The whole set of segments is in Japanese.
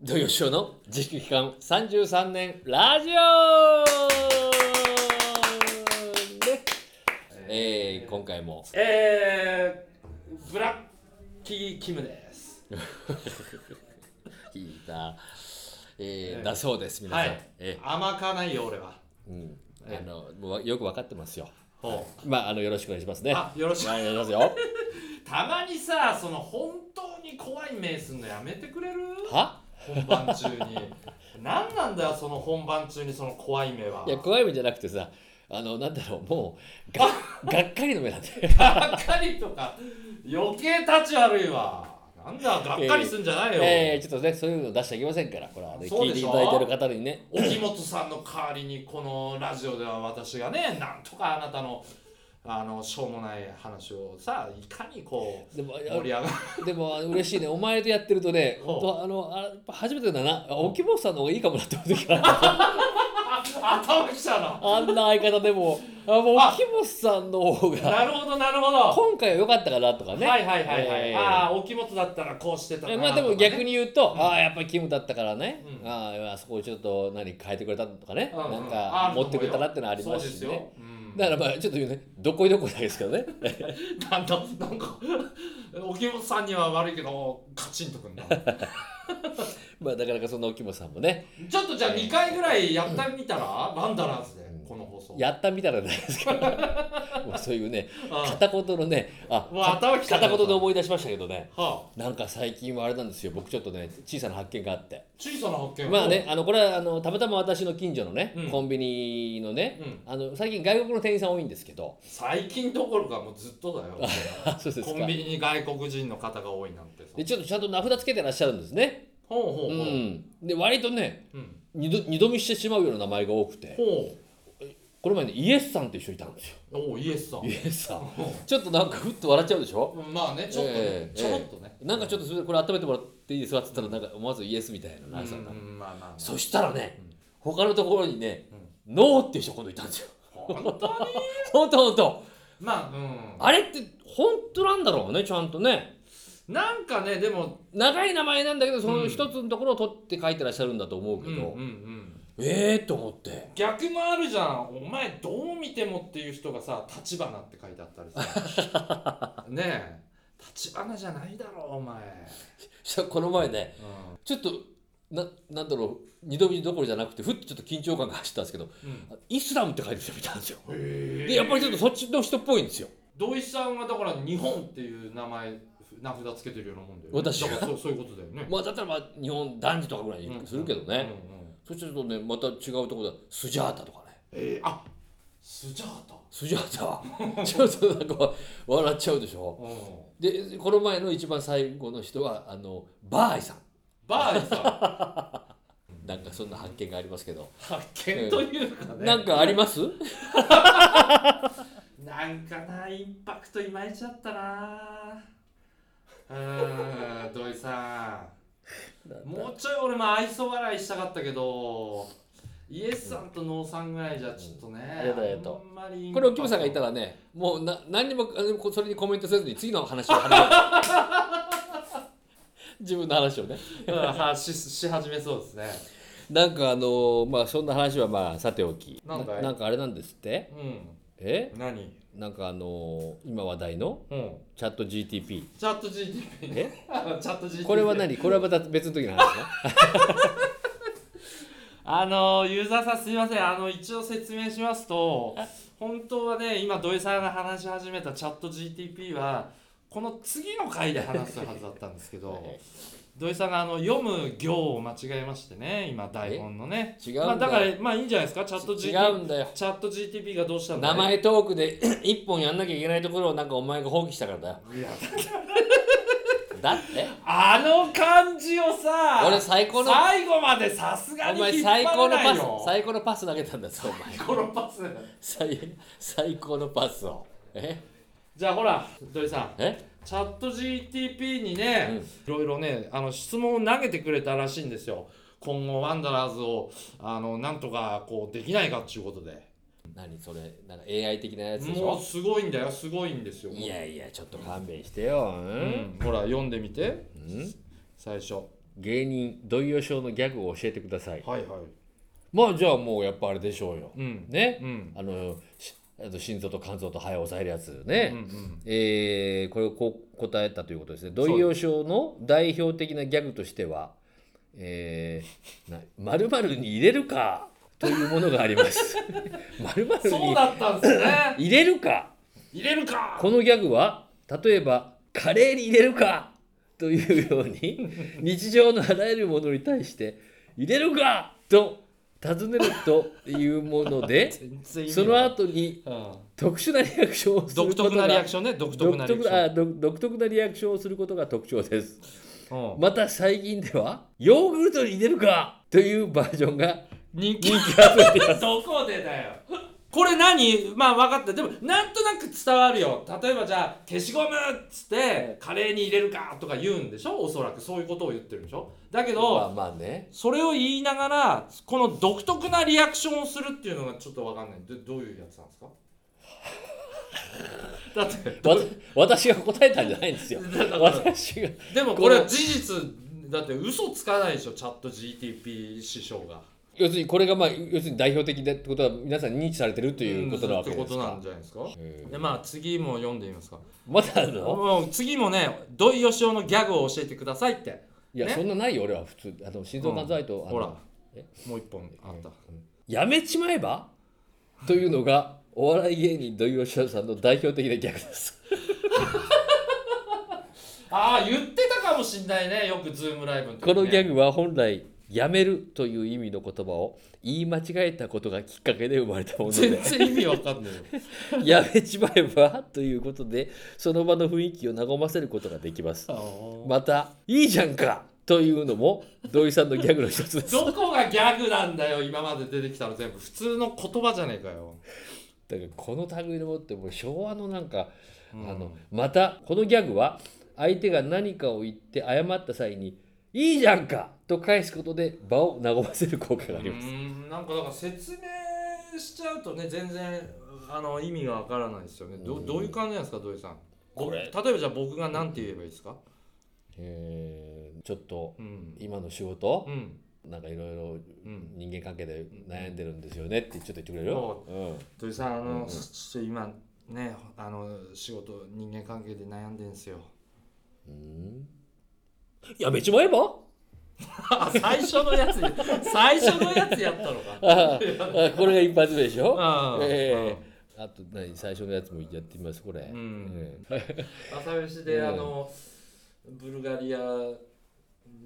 土曜ショーの自粛期間33年ラジオねえー、今回もえー、ブラッキー・キムです。聞いた、えーえーだそうです皆はさん、いえ。甘かないよ、俺は。ーうんえーあのもうよくわかってますよほう。まああのよろしくお願いしますねあ、よろしく。はいお願いしますよたまにさ、その本当に怖い目すんのやめてくれるは本番中 に。何なんだよ、その本番中にその怖い目は。いや怖い目じゃなくてさあのなんだろうもうががっかりの目なん でがっかりとか、余計立ち悪いわ。なんだ、がっかりすんじゃないよ。えー、ちょっとねそういうの出していけませんからこれは、ね、そう聞いでていしょただいてる方にね沖本さんの代わりにこのラジオでは私がねなんとかあなたのあのしょうもない話をさいかにこでもう盛り上がるでも嬉しいね、お前とやってるとね、ほうとあのあやっぱ初めてだな、あ沖本さんの方がいいかもなって思う時があるあ頭きたなあんな相方でも、あもうあ沖本さんの方が、なるほどなるほど、今回は良かったかなとかね。はいはいはいはい、えーああ沖本だったらこうしてたなえとか、ね、まあでも逆にに言うと、ああやっぱりキムだったからね、うんあああそこをちょっと何変えてくれたとかね、うんうんなんあかる持とっ思うてよくれたなってのはありますそうでしすねよ、。うん、だからまあちょっと言うね、どこいどこないですけどね。 なんだなんか沖本さんには悪いけどカチンとくんだまあなかなかそんな沖本さんもね、ちょっとじゃあ2回ぐらいやってみたら、ワンダラーズでこの放送やったみたいなんです けど、もうそういうね、うん片言のね、あうわ頭きた片言で思い出しましたけどね。はあなんか最近はあれなんですよ僕ちょっとね小さな発見があって小さな発見まあねあのこれはあのたまたま私の近所のね、うんコンビニのね、うあの最近外国の店員さん多いんですけど最近どころかもうずっとだよあ そうですコかンビニに外国人の方が多いなんてさでちょっとちゃんと名札つけてらっしゃるんですね、ほうほううほう、ん、で割とねうん二度二度見してしまうような名前が多くてほこの前ねイエスさんと一緒にいたんですようおうイエスさんイエスさんちょっとなんかふっと笑っちゃうでしょうんまあねちょっとね、ええちょろっとね、なんかちょっとそれこれ温めてもらっていいですかって言ったらなんか思わずイエスみたいなうなんさんだうんまあまあ、まあ、そしたらね他のところにねう「んノー」っていう人今度いたんですよ 本当に本当本当まああれって本当なんだろうねちゃんとねうんなんかねでも長い名前なんだけどそのうん一つのところを取って書いてらっしゃるんだと思ううけんうんど、うんええー、と思って 逆もあるじゃんお前どう見てもっていう人がさ「立花」って書いてあったりさ ねえ立花じゃないだろお前、したらこの前ねうちょっとななんだろう二度見どころじゃなくてふっとちょっと緊張感が走ったんですけどんうん、イスラムって書いてる人見たんですよへでやっぱりちょっとそっちの人っぽいんですよ土井さんはだから日本っていう名前名札つけてるようなもんだよ、ね、私だがからそうそういうことだよね、まあだったらまあ日本男児とかぐらいうんにするけどね、うんうんそしてちょっとねまた違うところでスジャータとかねえー、あスジャータ、スジャータはちょっとなんか笑っちゃうでしょうん、でこの前の一番最後の人はあのバーイさんバーイさなんかそんな発見がありますけど、ん発見というかねなんかありますなんかなインパクトいまいちだったなうーん土井さんもうちょい俺も愛想笑いしたかったけどイエスさんとノーさんぐらいじゃちょっとね、ありがとうありがとんまりインこパれクおトきむさんがいたらねもうな何にもあのそれにコメントせずに次の話を 話す自分の話をねうんはしし始めそうですねなんかあのーまあそんな話はまあさておきなんだいんかあれなんですってうえん何なんかあのー今話題のうんチャット GTP チャット GTP えチャット GTP これは何これはまた別の時の 話ねあのユーザーさんすいませんあの一応説明しますと本当はね今土井さんが話し始めたチャット GTP はこの次の回で話すはずだったんですけど、はい土井さんがあの読む行を間違えましてね今台本のね違うんだ,、まあ、だからまあいいんじゃないですかチャット違 GTP うんだよチャット GTP がどうしたんだ名前トークで 一本やんなきゃいけないところをなんかお前が放棄したからだよいやだってあの感じをさ俺最高の最後までさすがおに前引っ張最高のらなパいスよ最高のパス投げたんだぞお前高のパス最最高のパスをえじゃあほら土井さんえチャット GTP にね、うんいろいろねあの質問を投げてくれたらしいんですよ今後ワンダラーズをあのなんとかこうできないかっていうことで何それなんか AI 的なやつでしもょうすごいんだよすごいんですよいやいやちょっと勘弁してよう、うんん、ほら読んでみてうん、最初芸人土井善雄のギャグを教えてくださいはいはいまあじゃあもうやっぱあれでしょうようんねうんあのしあと心臓と肝臓と肺を抑えるやつうね、んえーこれをこう答えたということですね。そう土井善雄の代表的なギャグとしては、えー、な〇〇に入れるかというものがあり ます。〇うん〇そうにだったんですね入れるか。入れるかこのギャグは例えばカレーに入れるかというように日常のあらゆるものに対して入れるかと尋ねるというもので、全然その後にうん特殊なリアクションをする独こと特なリアがクションね独特独なリアク特シなョあ独独特なリアクションをすることが特徴です ン、うん、また最近ではヨーグルトに入れるかというバージョンが人気人気アップでどこでだよこれ何まあ分かったでもなんとなく伝わるよ例えばじゃあ消しゴムっつってカレーに入れるかとか言うんでしょおそらくそういうことを言ってるんでしょだけまあどまあねそれを言いながらこの独特なリアクションをするっていうのがちょっと分かんないどどういうやつな んですかだってわ私が答えたんじゃないん ですよ私がでもこれは事実だって嘘つかないでしょチャット GTP 師匠が要するにこれがまあ要するに代表的でってことは皆さん認知されてるということなわけうんっでてすことなかんじゃないですかえでまあ次も読んでみますかーまだあるのもう次もね土井善雄のギャグを教えてくださいっていやねそんなないよ俺は普通あの心臓肝臓愛とあのほらえもう一本あったやめちまえばというのがお笑い芸人土井善雄さんの代表的なギャグですああ言ってたかもしんないねよくズームライブの時、ね、このギャググは本来「やめる」という意味の言葉を言い間違えたことがきっかけで生まれたもので全然意味わ かんないよ「やめちまえば」ということでその場の雰囲気を和ませることができますあのまた「いいじゃんか」というのも土井さんのギャグの一つでーすどこがギャグなんだよ今まで出てきたの全部普通の言葉じゃねえかよ、だからこの類のもってもう昭和のなんかうあんのまたこのギャグは相手が何かを言って謝った際に「いいじゃんか」と返すことで場を和ませる効果がありますうーんなんかだから説明しちゃうとね全然あの意味がわからないですよねどうんどういう感じなんですか土井さんこれ例えばじゃあ僕が何て言えばいいですかえーちょっとうん今の仕事、うんなんかいろいろうん人間関係で悩んでるんですよねってちょっと言ってくれるそよ。うん土井さんあうんの、うんちょっと今ねあの仕事人間関係で悩んでんすようん。やめちまえば あ最初のやつ 最初のやつやったの かああこれが一発目でしょああええあと何最初のやつもやってみますこれ。うんえ朝飯で、うんあのブルガリア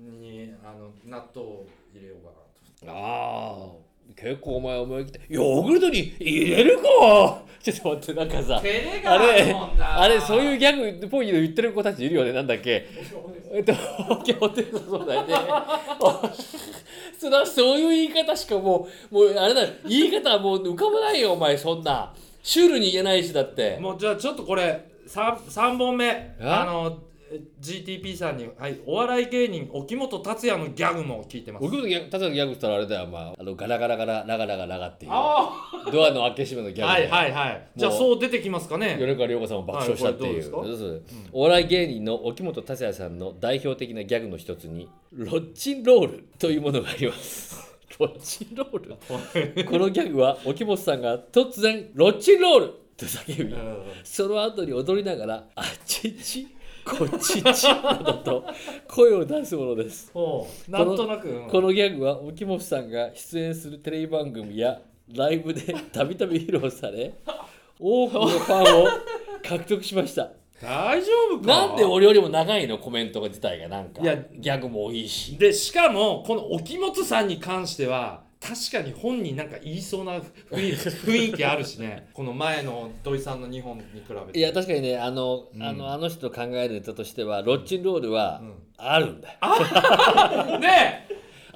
にあの納豆を入れようかなとえああ結構お前お前来てヨーグルトに入れるか ちょっと待ってなんかさ照れがああるれもんなあれそういううギャグっぽいの言ってる子たちいるよねなんだっけえっと、ホテルのそうだよね。 そらそういう言い方しかもう、もうあれだよ、言い方はもう浮かばないよ、お前、そんな。シュールに言えないし、だって。もうじゃあちょっとこれ 3, 三本目ああのえ GTP さんに、はい、お笑い芸人沖本達也のギャグも聞いてます僕のギャグ、ただのギャグって言ったらあれだよ、まあ、あのガラガラガラ、ラガラガラガっていう、あドアの開け閉めのギあャグ。はいはいはいじゃあそう出てきますかね米川涼子さんも爆笑したっていう,はいそこうれどそう、お笑い芸人の沖本達也さんの代表的なギャグの一つに「ロッチンロール」というものがありますロッチンロールこのギャグは沖本さんが突然「ロッチンロール」と叫びその後に踊りながら「あっちっちこっちっち」などと声を出すものですほうなんとなくうんこのギャグは沖本さんが出演するテレビ番組やライブでたびたび披露され多くのファンを獲得しました大丈夫かなんで俺よりも長いのコメント自体がなんかいやギャグも多いしでしかもこの沖本さんに関しては確かに本人なんか言いそうな雰囲 気雰囲気あるしねこの前の土井さんの2本に比べていや確かにねあの,、うんあのあの人の考えるネタとしてはロッチンロールはうんあるんだよ、ね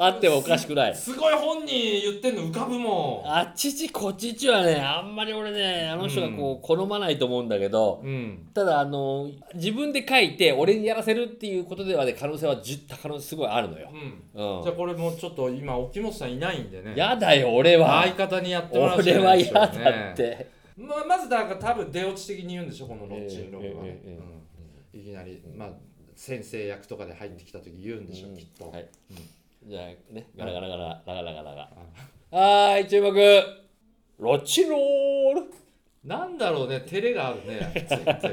あってもおかしくないすごい本人言ってんの浮かぶもんあっちちこっちちはねあんまり俺ねあの人がこう好まないと思うんだけど、うん、ただあの自分で書いて俺にやらせるっていうことではね可能性はじ可能性すごいあるのよ、うん、じうゃあこれもうちょっと今沖本さんいないんでねん、やだよ俺は相方にやってもらうし俺かはないで嫌しょうねだって、まあ、まずだから多分出落ち的に言うんでしょこのロッチンロールはね、えええええうんいきなり、まあ先生役とかで入ってきた時言うんでしょ、うんきっと、はいうんじゃあね、ガラガラガラ、ガラガラガラ。はーい、注目ロッチンロールなんだろうね照れがある ね全全部今日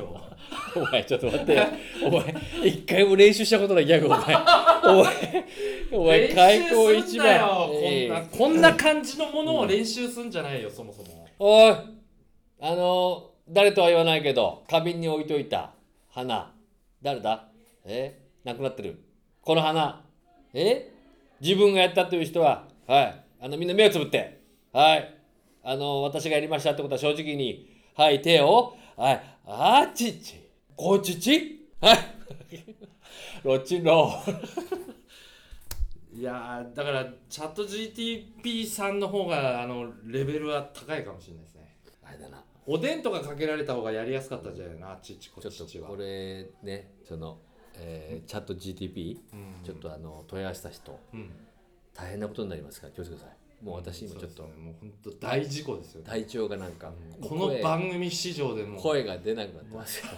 はお前ちょっと待 って、お前一回も練習したことないギャグお前、お前、お前開口練習一すんな番よ、えこんなえこんな感じのものを練習すんじゃないよ、そもそもおい、あのー誰とは言わないけど、花瓶に置いといた花、誰だえなくなってる。この花、え自分がやったという人は、はい、あのみんな目をつぶって、はい、あのー私がやりましたってことは正直に、はい、手を、はい、あっちっち、こっちっち、はい、 ロッチンロー。いやーだからチャット GTP さんの方があのレベルは高いかもしれないですねあれだな、おでんとかかけられた方がやりやすかったんじゃないのあっちっちこちょっちっっちとはこれね、その、えーチャット GTP、うんちょっとあの問い合わせた人、うん大変なことになりますから気をつけてくださいもう私今ちょっそとうですねもう本当大事故ですよ、ね、体調がなんかこの声番組史上でも声が出なくなってますから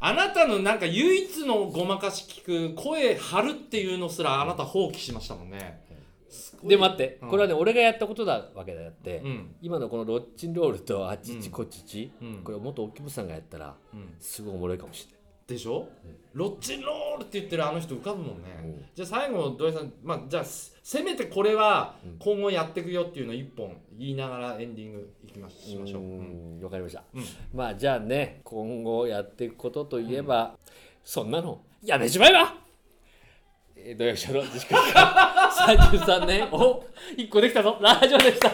あなたのなんか唯一のごまかし聞く声張るっていうのすらあなた放棄しましたもんね、すご いで待ってうんこれはね俺がやったことだわけであってうん今のこのロッチンロールとあっちっちうんこっちっちうんこれ元おきもさんがやったらうんすごいおもろいかもしれないでしょ、ロッチンロールって言ってるあの人浮かぶもんね、うんじゃあ最後土井さんまあじゃあすせめてこれはうん今後やっていくよっていうのを一本言いながらエンディングいきまししましょう、うんんわかりましたうんまあじゃあね今後やっていくことといえばそんなのやめちまえばえー土曜 日の自粛時間33年お一個できたぞラジオでした